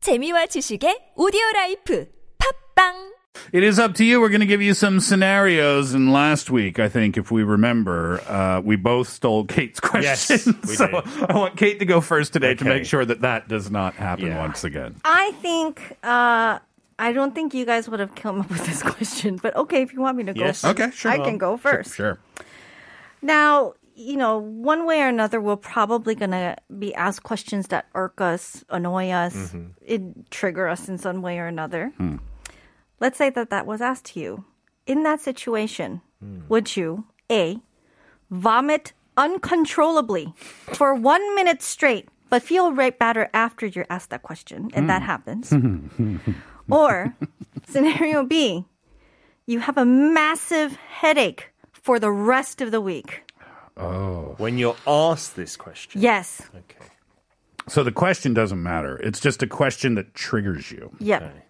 재미와 지식의 오디오 라이프 팝빵 It is up to you. We're going to give you some scenarios. And last week, I think, if we remember, uh, we both stole Kate's Yes, question. we so did. I want Kate to go first today to Okay. make sure that that does not happen Yeah. once again. I think uh, I don't think you guys would have come up with this question, but okay, if you want me to go, Yes. first, Okay, sure. I can go first. Sure. Now, you know, one way or another, we're probably gonna be asked questions that irk us, annoy us, Mm-hmm. it trigger us in some way or another. Hmm. Let's say that that was asked to you. In that situation, Hmm. would you a vomit uncontrollably for one minute straight, but feel right better after you're asked that question, and that happens? or scenario B, you have a massive headache for the rest of the week. When you're asked this question. Yes. Okay. So the question doesn't matter. It's just a question that triggers you. Yep.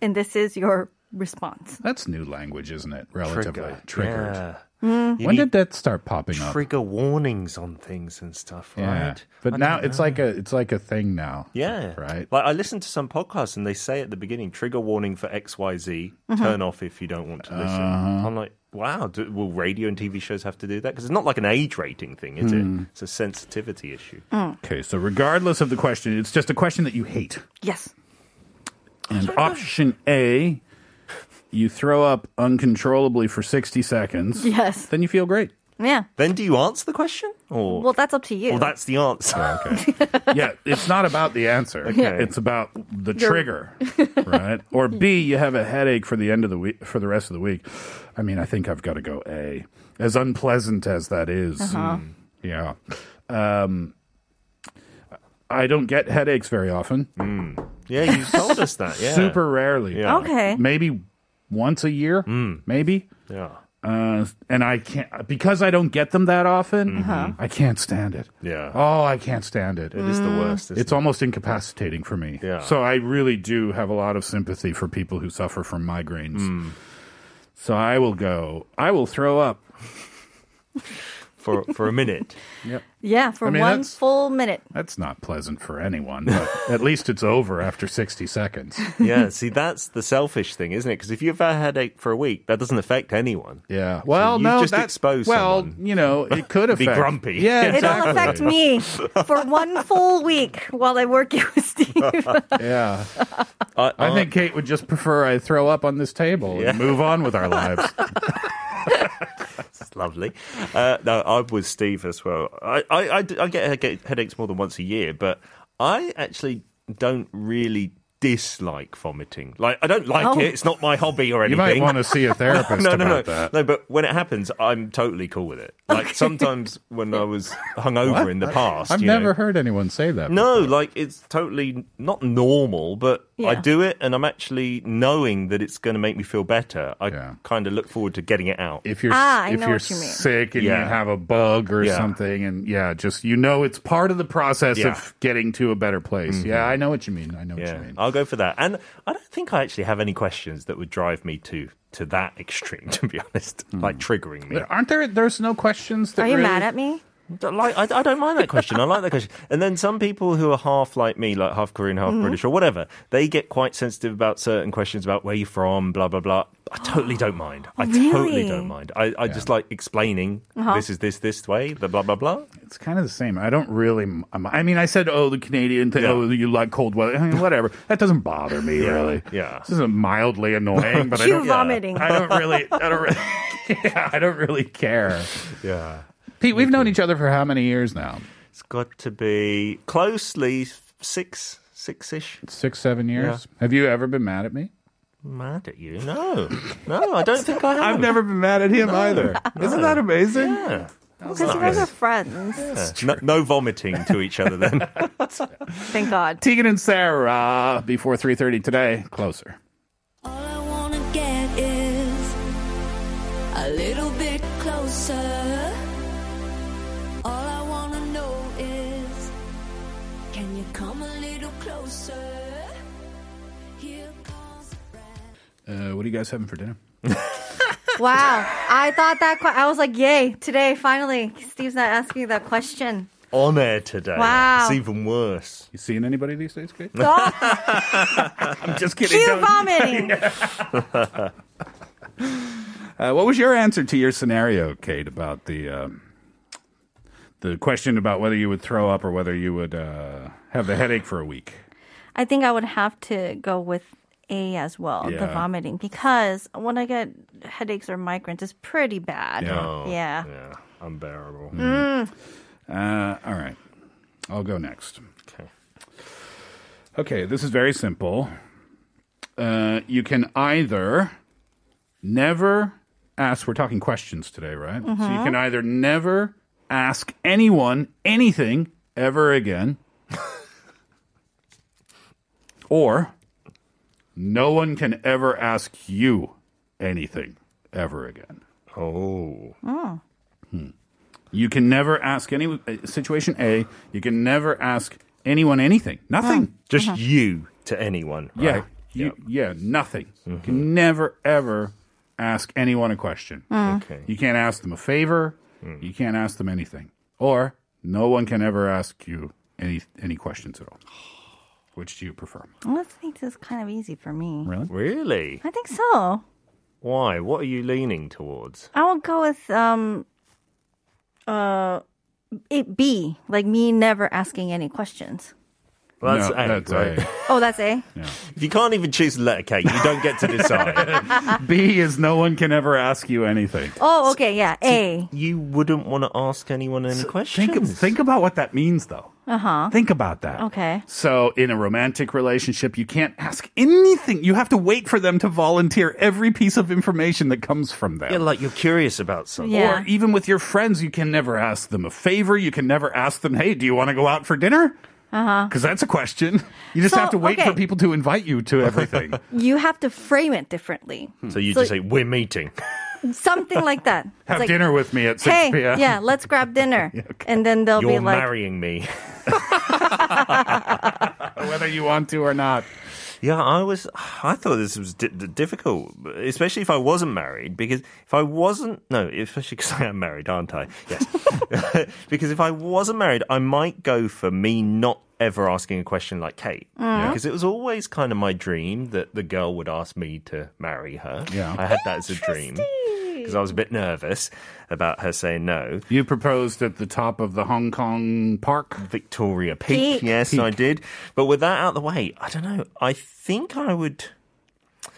And this is your response. That's new language, isn't it? Relatively Trigger. triggered. Yeah. When did that start popping up? Trigger warnings on things and stuff, Yeah. right? But now it's like a it's like a thing now. Yeah. Right. Like I listen to some podcasts and they say at the beginning, trigger warning for XYZ, Mm-hmm. turn off if you don't want to listen. Uh-huh. I'm like, wow, do, will radio and TV shows have to do that? Because it's not like an age rating thing, is it? Hmm. It's a sensitivity issue. Okay. So regardless of the question, it's just a question that you hate. Yes. And option A, you throw up uncontrollably for 60 seconds. Yes. Then you feel great. Yeah. Then do you answer the question? Or, Well, that's up to you. or that's the answer? okay. Yeah, it's not about the answer. Okay. It's about the trigger, right? Or B, you have a headache for the end of the week for the rest of the week. I mean, I think I've got to go A. As unpleasant as that is. Uh-huh. mm, Yeah. Um I don't get headaches very often. yeah, you told us that. Yeah. Super rarely. Yeah. Mm. okay. Maybe once a year, maybe. Yeah. uh, and I can't because I don't get them that often. I can't stand it. Yeah. Oh, I can't stand it. It is the worst. Isn't Mm. It's almost incapacitating for me. Yeah. So I really do have a lot of sympathy for people who suffer from migraines. Hmm. So I will go. I will throw up. for for a minute. Yeah, for I mean, one that's- full minute. That's not pleasant for anyone, but at least it's over after 60 seconds. yeah, see, that's the selfish thing, isn't it? Because if you've had a headache for a week, that doesn't affect anyone. Yeah. Well, you've no, just that- exposed Well, someone. you know, it could affect. Be grumpy. Yeah, It'll exactly. It'll affect me for one full week while I work you with Steve. Yeah. I, I think Kate would just prefer I throw up on this table Uh, Yeah. and move on with our lives. That's lovely. Uh, no, I'm with Steve as well. I, I, I d- I get, head- headaches more than once a year, but I actually don't really dislike vomiting. Like, I don't like Oh. it. It's not my hobby or You anything. might want to see a therapist no, no, about no, that. no. But when it happens, I'm totally cool with it. Like sometimes when I was What? hungover in the past, I've you never know, heard anyone say that. No, like it's totally not normal, but I Yeah. do it and I'm actually knowing that it's going to make me feel better. I Yeah. kind of look forward to getting it out. If you're Ah, I if know you're what you mean. sick and you Yeah. have a bug or Yeah. something, and yeah, just you know it's part of the process Yeah. Mm-hmm. of getting to a better place. Yeah, I know what you mean. I know what yeah, you mean. I'll go for that. And I don't think I actually have any questions that would drive me to to that extreme, to be honest, like triggering me. But aren't there? There's no questions. That Are you really- mad at me? Like, I, I don't mind that question. I like that question. And then some people who are half like me, like half Korean, half Mm-hmm. British, or whatever, they get quite sensitive about certain questions about where you're from, blah blah blah. I totally don't mind. I totally Really? Uh-huh. don't mind. I, I just like explaining this is this this way, the blah blah blah. It's kind of the same. I don't really. m- I'm- I mean, I said, oh, the Canadian thing. Yeah. Oh, you like cold weather. I mean, whatever. That doesn't bother me really. yeah. this is mildly annoying, but I Cue don't. vomiting. I don't really. I don't. Really, yeah, I don't really care. Yeah, Pete, we've known each other for how many years now? it's got to be closely six six ish. Six, seven years. Have you ever been mad at me? Mad at you? No, no, I don't think I have. I've never been mad at him either. Isn't that amazing? Yeah. Because you guys are friends. No, no vomiting to each other then. Thank God. Tegan and Sarah before 3:30 today. Closer. All I wanna get is a little bit closer. All I wanna know is can you come a little closer? Here comes a friend. Uh, what are you guys having for dinner? Wow. I thought that, que- I was like, yay, today, finally, Steve's not asking that question. on air today. Wow. It's even worse. You seeing anybody these days, Kate? Oh, I'm just kidding. cue don't- vomiting. Uh, what was your answer to your scenario, Kate, about the um, the question about whether you would throw up or whether you would uh, have the headache for a week? I think I would have to go with A as well, the Yeah. vomiting, because when I get headaches or migraines, it's pretty bad. Yeah. Yeah. Oh, Mm. Yeah, unbearable. Mm. Uh, all right, I'll go next. Okay. Okay, this is very simple. Uh, you can either never ask, we're talking questions today, right? So you can either never ask anyone anything ever again, or no one can ever ask you anything ever again. Oh. You can never ask any uh, situation A, you can never ask anyone anything, nothing. Just Uh-huh. you to anyone. Ah. Right? Mm-hmm. Yeah. You, Yeah, nothing. You can never, ever ask anyone a question. Okay. Mm. You can't ask them a favor. You can't ask them anything. Or no one can ever ask you any any questions at all. Which do you prefer? I think this is kind of easy for me. Really? Really? I think so. Why? What are you leaning towards? I will go with um uh it B, like me never asking any questions. Well, that's No, A, that's right? A. Oh, that's A. If you can't even choose the letter K, you don't get to decide. B is no one can ever ask you anything. Oh, okay, yeah, A. you wouldn't want to ask anyone any questions. Think, of- think about what that means, though. Uh huh. Think about that. Uh-huh. Okay. So, in a romantic relationship, you can't ask anything. You have to wait for them to volunteer every piece of information that comes from them. yeah, like you're curious about something. Yeah. Or even with your friends, you can never ask them a favor. You can never ask them, hey, do you want to go out for dinner? Because that's a question. You just Uh-huh. have So, to wait for okay. people to invite you to everything. You have to frame it differently. Hmm. So you So- just say, we're meeting. Something like that. It's have like, dinner with me at 6 Hey, p.m. yeah, let's grab dinner. And then they'll You're be like, marrying me. Whether you want to or not. Yeah, I was. I thought this was di- di- difficult, especially if I wasn't married. Because if I wasn't, no, especially because I am married, aren't I? Yes. because if I wasn't married, I might go for me not ever asking a question like Kate. Because it was always kind of my dream that the girl would ask me to marry her. Yeah. I had that as a dream because I was a bit nervous about her saying no. You proposed at the top of the Hong Kong park. Victoria Peak. Peak. Yes, I did. But with that out of the way, I don't know. I think I would,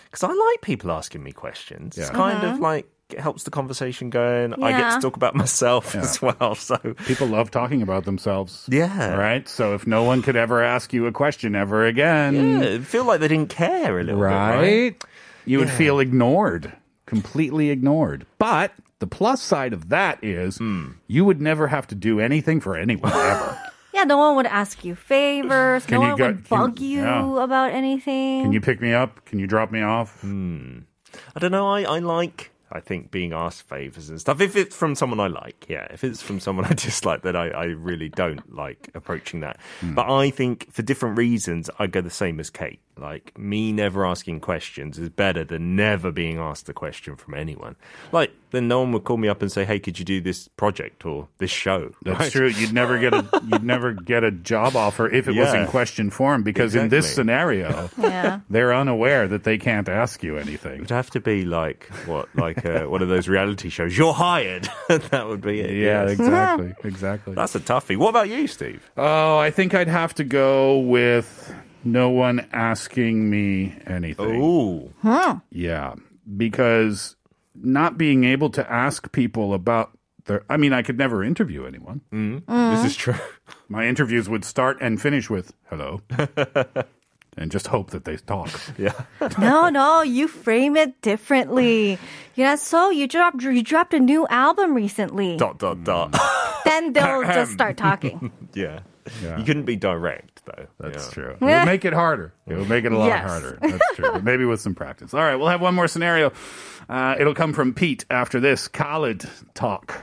because I like people asking me questions. It's Yeah. kind of like it helps the conversation going. I get Uh-huh. Yeah. to talk about myself as well. So People love talking about themselves. Yeah. Right? So if no one could ever ask you a question ever again, Hmm. yeah, I feel like they didn't care a little bit, right? right? You would feel ignored, completely ignored. But the plus side of that is Hmm. you would never have to do anything for anyone ever. yeah, no one would ask you favors. Can you no one go- would can- bug you yeah. about anything. Can you pick me up? Can you drop me off? Hmm. I don't know. I, I like. I think being asked favors and stuff. If it's from someone I like, yeah. If it's from someone I dislike, then I, I really don't like approaching that. Hmm. But I think for different reasons, I go the same as Kate. Like me never asking questions is better than never being asked a question from anyone. Like then no one would call me up and say, "Hey, could you do this project or this show?" That's Right? true. You'd never get a you'd never get a job offer if it was Yeah. in question form because in this Exactly. scenario yeah. they're unaware that they can't ask you anything. It'd have to be like what, like uh, one of those reality shows. You're hired. that would be it. Yeah, yes. exactly. Exactly. That's a toughie. What about you, Steve? Oh, I think I'd have to go with no one asking me Oh. anything. Ooh. Yeah, because not being able to ask people about their I mean, I could never interview anyone. Mm. This is true. My interviews would start and finish with hello. and just hope that they talk. Yeah. No, no, you frame it differently. You know, so you dropped you dropped a new album recently. Dot dot dot. Then they'll just start talking. yeah. Yeah. You couldn't be direct though. That's Yeah. true. It would make it harder. It would make it a lot Yes. harder. That's true. But maybe with some practice. All right, we'll have one more scenario. Uh, it'll come from Pete after this Khalid talk.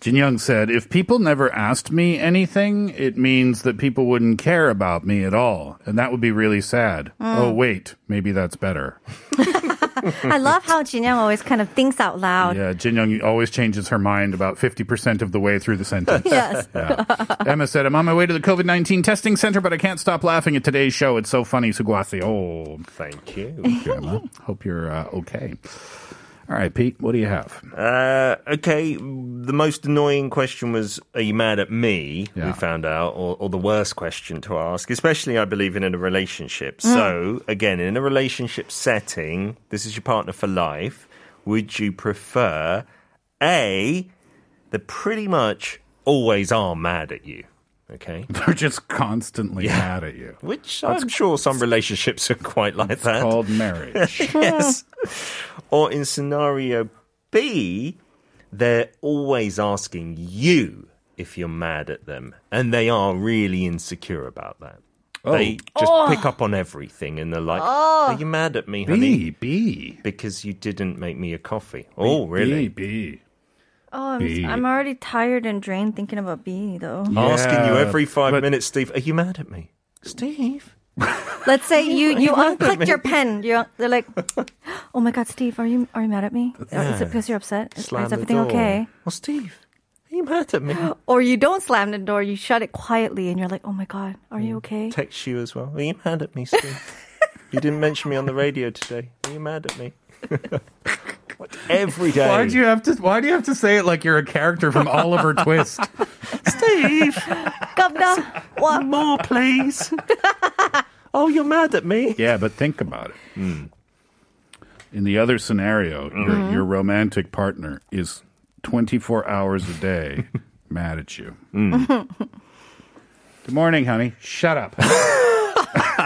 Jin Young said, If people never asked me anything, it means that people wouldn't care about me at all. And that would be really sad. Oh, wait, maybe that's better. I love how Jin Young always kind of thinks out loud. Yeah, Jin Young always changes her mind about 50% of the way through the sentence. Yes. Yeah. Emma said, I'm on my way to the COVID 19 testing center, but I can't stop laughing at today's show. It's so funny, Suguasi. Oh, Thank you. thank you, Emma. Hope you're uh, okay. All right, Pete, what do you have? Uh, okay, the most annoying question was, "Are you mad at me?" Yeah. We found out, or, or the worst question to ask, especially I believe in, in a relationship. So again, in a relationship setting, this is your partner for life. Would you prefer a? They pretty much always are mad at you. Okay, They're just constantly mad at you. which I'm sure some relationships are quite like that. Called marriage. yes. Or in scenario B, they're always asking you if you're mad at them, and they are really insecure about that. Oh. They just pick up on everything, and they're like, "Are you mad at me, B, honey? B. Because you didn't make me a coffee." Oh, really? B, B. Oh, Bee. I'm, I'm already tired and drained thinking about B though. Asking you Yeah, every five but- minutes, Steve, are you mad at me, Steve? Let's say you you unclicked your pen. You they're like, oh my God, Steve, are you are you mad at me? Is it because you're upset? Is, Slam is the everything door. okay? Well, Steve, are you mad at me? Or you don't slam the door. You shut it quietly, and you're like, oh my God, are Mm. you okay? Text you as well. Are you mad at me, Steve? you didn't mention me on the radio today. Are you mad at me? What- Every day. Why do you have to? Why do you have to say it like you're a character from Oliver Twist? Steve, Governor, what? more, please. oh, you're mad at me. Yeah, but think about it. In the other scenario, Mm-hmm. your, your romantic partner is 24 hours a day mad at you. Mm. Good morning, honey. Shut up.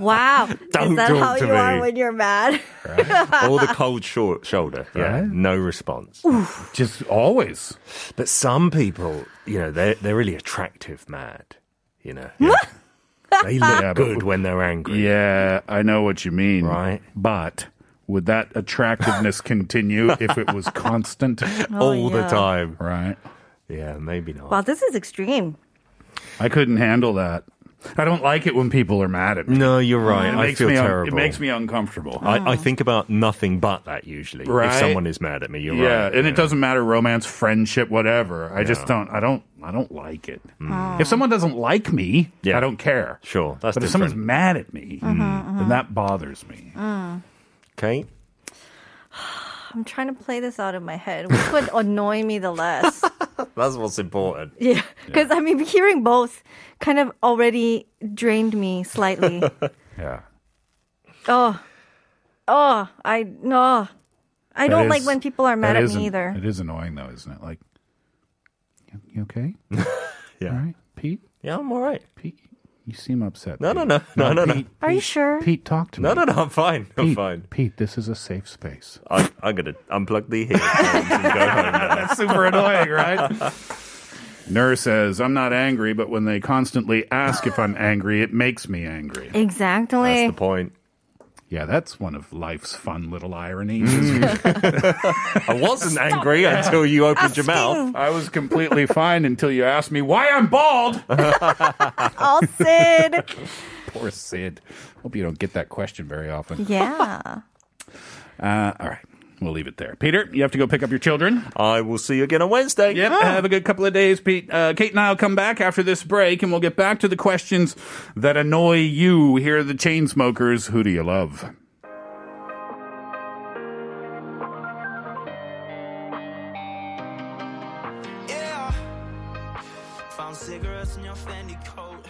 Wow, Don't is that talk how to you are me. when you're mad? Or the cold short shoulder. Yeah, Right. no response. Just always. But some people, you know, they're they're really attractive mad. You know, they look Yeah, but- good when they're angry. Yeah, I know what you mean. Right. But would that attractiveness continue if it was constant? Oh, All the Oh, yeah. time. Right. Yeah, maybe not. Wow, this is extreme. I couldn't handle that. I don't like it when people are mad at me. no, you're right. It Mm, I makes feel me un- terrible. it makes me uncomfortable. I, I think about nothing but that usually. Hmm. Right. If someone is mad at me, you're yeah, right. and it doesn't matter romance, friendship, whatever. I just don't. I don't. I don't like it. If someone doesn't like me, Mm. Ah. Yeah. I don't care. Sure, that's but if different. Mm-hmm, someone's Uh, mad at me, then that bothers me. Okay. I'm trying to play this out in my head. Which would annoy me the less? That's what's important. Yeah, because I mean, hearing both kind of already drained me slightly. Yeah. Oh, oh, I no, I That don't is- like when people are mad that at is an- me either. It is annoying though, isn't it? Like, you, you okay? Yeah. All right, Pete. Yeah, I'm all right. Pete, you seem upset. No, Pete. no, no, no, no, no. Pete, Are you Pete, sure? Pete, talk to No, me. no, no. I'm fine. I'm Pete, fine. Pete, this is a safe space. I, I'm gonna unplug the heat and go home. now. That's super annoying, right? Nur says, I'm not angry, but when they constantly ask if I'm angry, it makes me angry. Exactly. That's the point. Yeah, that's one of life's fun little ironies. I wasn't angry until you opened your mouth. I was completely fine until you asked me why I'm bald. All Sid. Poor Sid. Hope you don't get that question very often. yeah. Uh, all right, we'll leave it there. Peter, you have to go pick up your children. Ah. I will see you again on Wednesday. Yep. Have a good couple of days, Pete. Uh, Kate and I will come back after this break, and we'll get back to the questions that annoy you. Here are the chain smokers. Who do you love? Yeah. Found cigarettes in your Fendi coat.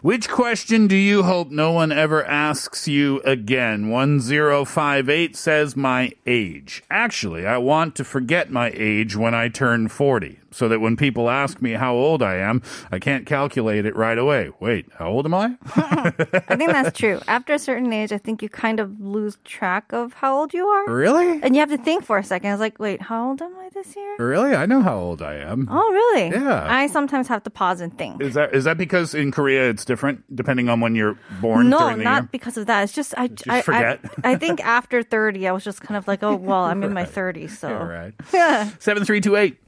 Which question do you hope no one ever asks you again? 1058 says my age. Actually, I want to forget my age when I turn 40. so that when people ask me how old I am, I can't calculate it right away. Wait, how old am I? I think that's true. After a certain age, I think you kind of lose track of how old you are. really? And you have to think for a second. I was like, wait, how old am I this year? Really? I know how old I am. Oh, really? Yeah. I sometimes have to pause and think. Is that is that because in Korea it's different depending on when you're born no, during the year? not because of that. It's just I, just I, forget? I, I think after thirty, I was just kind of like, oh well, I'm in my thirties, so. All right. Seven three two eight.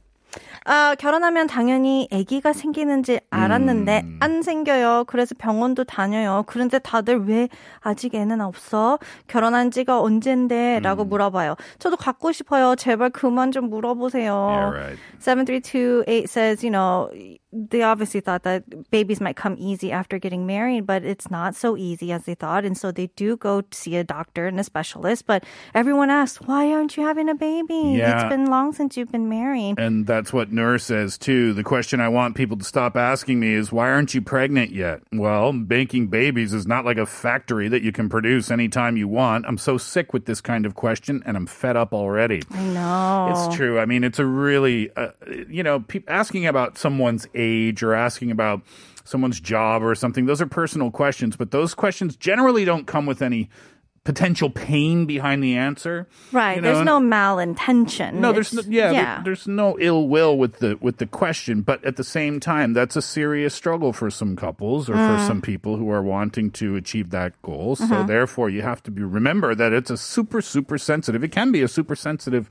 아, 결혼하면 당연히 아기가 생기는지 알았는데 음. 안 생겨요. 그래서 병원도 다녀요. 그런데 다들 왜 아직 애는 없어? 결혼한 지가 언젠데? 음. 라고 물어봐요. 저도 갖고 싶어요. 제발 그만 좀 물어보세요. Yeah, right. 7328 says, you know, they obviously thought that babies might come easy after getting married, but it's not so easy as they thought. And so they do go see a doctor and a specialist. But everyone asks, why aren't you having a baby? Yeah. It's been long since you've been married. And that's what Nur says too. The question I want people to stop asking me is why aren't you pregnant yet? Well, making babies is not like a factory that you can produce anytime you want. I'm so sick with this kind of question and I'm fed up already. I know. It's true. I mean, it's a really, uh, you know, pe- asking about someone's age or asking about someone's job or something, those are personal questions, but those questions generally don't come with any potential pain behind the answer. Right. You there's know, no malintention. no, there's no, It's- yeah, there- there's no ill will with the with the question, but at the same time, that's a serious struggle for some couples or Mm. for some people who are wanting to achieve that goal. Mm-hmm. So therefore, you have to be remember that it's a super super sensitive. It can be a super sensitive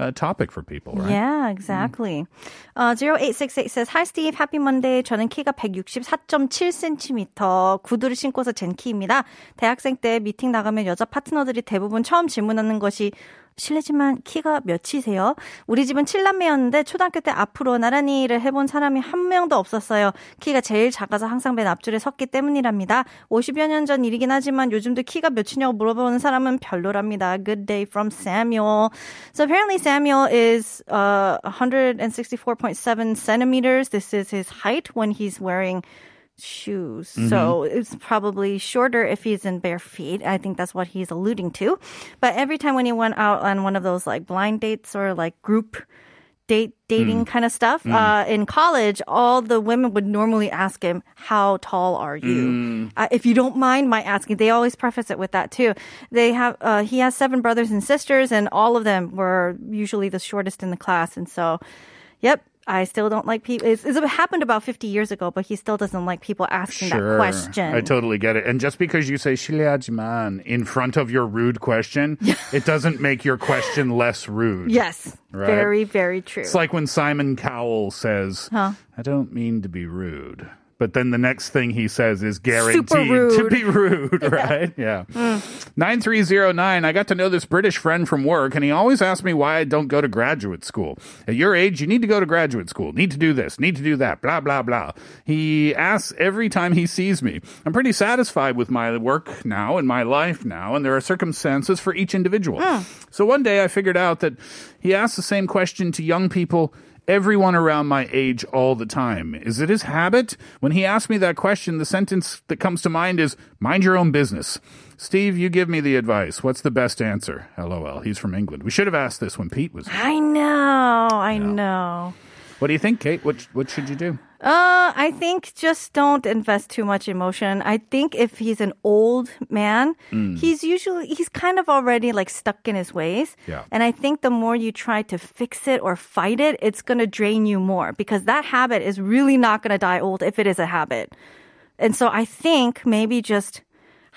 uh, topic for people, right? Yeah, exactly. Uh, 0868 says, Hi Steve, happy Monday. 저는 키가 164.7cm, 구두를 신고서 잰 키입니다. 대학생 때 미팅 나가면 여자 파트너들이 대부분 처음 질문하는 것이 실례지만 키가 몇이세요? 우리 집은 7남매였는데 초등학교 때 앞으로 나란히 일을 해본 사람이 한 명도 없었어요. 키가 제일 작아서 항상 맨 앞줄에 섰기 때문이랍니다. 50여 년 전 일이긴 하지만 요즘도 키가 몇이냐고 물어보는 사람은 별로랍니다. Good day from Samuel. So apparently Samuel is uh, 164.7 centimeters. This is his height when he's wearing shoes. So it's probably shorter if he's in bare feet. I think that's what he's alluding to. But every time when he went out on one of those like blind dates or like group date dating Mm. kind of stuff uh, in college all the women would normally ask him how tall are Mm. you uh, if you don't mind my asking they always preface it with that too they have uh, he has seven brothers and sisters and all of them were usually the shortest in the class and so yep i still don't like people it's, it's- it happened about 50 years ago but he still doesn't like people asking that question I totally get it. And just because you say "실례하지만" in front of your rude question, it doesn't make your question less rude. yes Right. very very true It's like when Simon Cowell says, "I don't mean to be rude." But then the next thing he says is guaranteed to rude. be rude, right? Yeah. 9309. I got to know this British friend from work, and he always asks me why I don't go to graduate school. At your age, you need to go to graduate school, need to do this, need to do that, blah, blah, blah. He asks every time he sees me. I'm pretty satisfied with my work now and my life now, and there are circumstances for each individual. So one day I figured out that he asks the same question to young people everyone around my age all the time. Is it his habit? When he asked me that question, the sentence that comes to mind is mind your own business. Steve, you give me the advice. What's the best answer? LOL. He's from England. We should have asked this when Pete was. here. i know i know What do you think, Kate? What what should you do? Uh, I think just don't invest too much emotion. I think if he's an old man, he's usually he's kind of already like stuck in his ways. Yeah. And I think the more you try to fix it or fight it, it's gonna drain you more because that habit is really not gonna die old if it is a habit. And so I think maybe just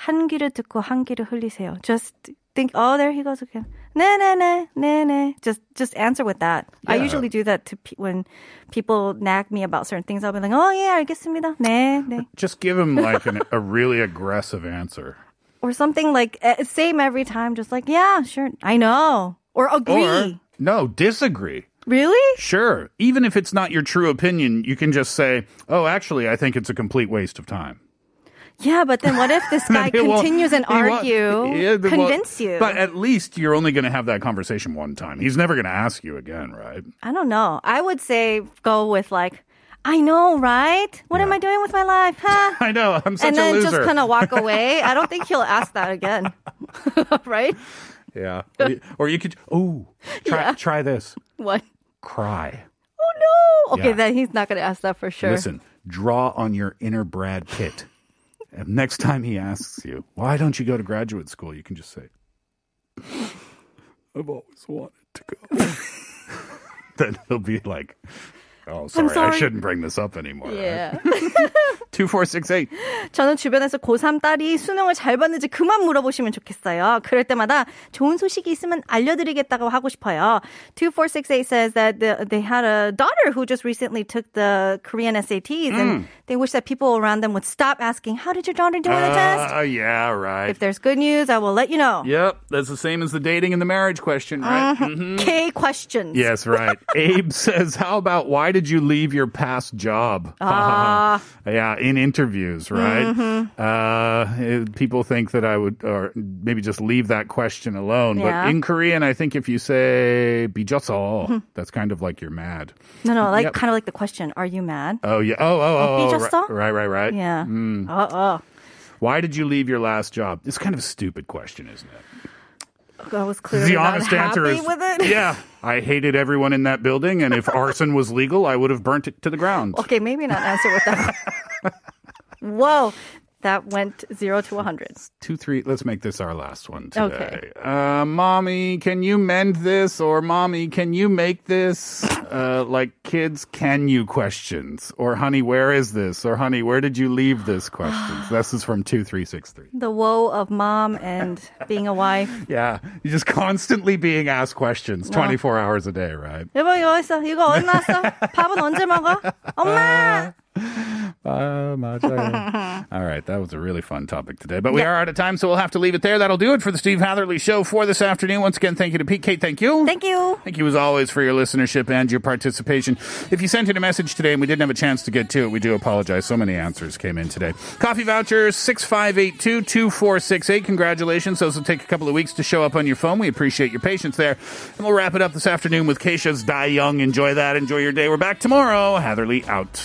한 귀를 듣고 한 귀를 흘리세요. Just think, oh, there he goes again. 네, 네, 네, 네, 네. Just, just answer with that. I Yeah. usually do that to pe- when people nag me about certain things. I'll be like, oh yeah, 알겠습니다. 네, 네. Just give him like an, a really aggressive answer. Or something like eh, same every time. Just like, yeah, sure, I know. Or agree. Or no, disagree. really? Sure. Even if it's not your true opinion, you can just say, "Oh, actually, I think it's a complete waste of time." Yeah, but then what if this guy He won't- continues and he won't- argue, Yeah, but- well, convince you? But at least you're only going to have that conversation one time. He's never going to ask you again, right? I don't know. I would say go with like, I know, right? What am I doing with my life? Huh? I know. I'm such and a then loser. just kind of walk away. I don't think he'll ask that again. right? yeah. Or you, or you could. Oh, try, try this. What? Cry. Oh no, no. Okay, Yeah. then he's not going to ask that for sure. Listen, draw on your inner Brad Pitt. and next time he asks you, why don't you go to graduate school? You can just say, I've always wanted to go. then he'll be like, oh, sorry, I sorry. shouldn't bring this up anymore. Yeah. 2468. 저는 주변에서 고3 딸이 수능을 잘 봤는지 그만 물어보시면 좋겠어요. 그럴 때마다 좋은 소식이 있으면 알려드리겠다고 하고 싶어요. 2468 says that the, they had a daughter who just recently took the Korean SATs Mm. and they wish that people around them would stop asking, how did your daughter do on the test? Ah, yeah, right. If there's good news, I will let you know. Yep, that's the same as the dating and the marriage question, right? Uh-huh. Mm-hmm. K questions. Yes, right. Abe says, "How about why did you leave your past job?" Ah. yeah, in interviews, right? Mm-hmm. Uh, it- people think that I would, or maybe just leave that question alone. Yeah. Mm-hmm. But in Korean, I think if you say "bijosol," that's kind of like you're mad. No, no, like Yep. kind of like the question, are you mad? Oh yeah. Oh oh oh. oh, 삐졌어? Right right right. Yeah. Mm. Uh-oh. Why did you leave your last job? It's kind of a stupid question, isn't it? I was clearly the not honest happy answer is with it. yeah i hated everyone in that building and if arson was legal i would have burnt it to the ground Okay, maybe not answer with that. Whoa, that went zero to 100. two three let's make this our last one today Okay. uh, mommy can you mend this or mommy can you make this uh, like kids can you questions or honey where is this or honey where did you leave this questions this is from 2363 The woe of mom and being a wife. yeah you're just constantly being asked questions 24 hours a day right 여보, 이거 있어. 이거 어디 나왔어? 밥은 언제 먹어? 엄마! Ah, 맞아요. All right, that was a really fun topic today, but we are out of time, so we'll have to leave it there. That'll do it for the Steve Hatherley Show for this afternoon. Once again, thank you to Pete. Kate, thank you. Thank you. Thank you as always for your listenership and your participation. If you sent in a message today and we didn't have a chance to get to it, we do apologize. So many answers came in today. Coffee vouchers 6582 2468. Congratulations. Those will take a couple of weeks to show up on your phone. We appreciate your patience there. And we'll wrap it up this afternoon with Keisha's Die Young. Enjoy that. Enjoy your day. We're back tomorrow. Hatherley out.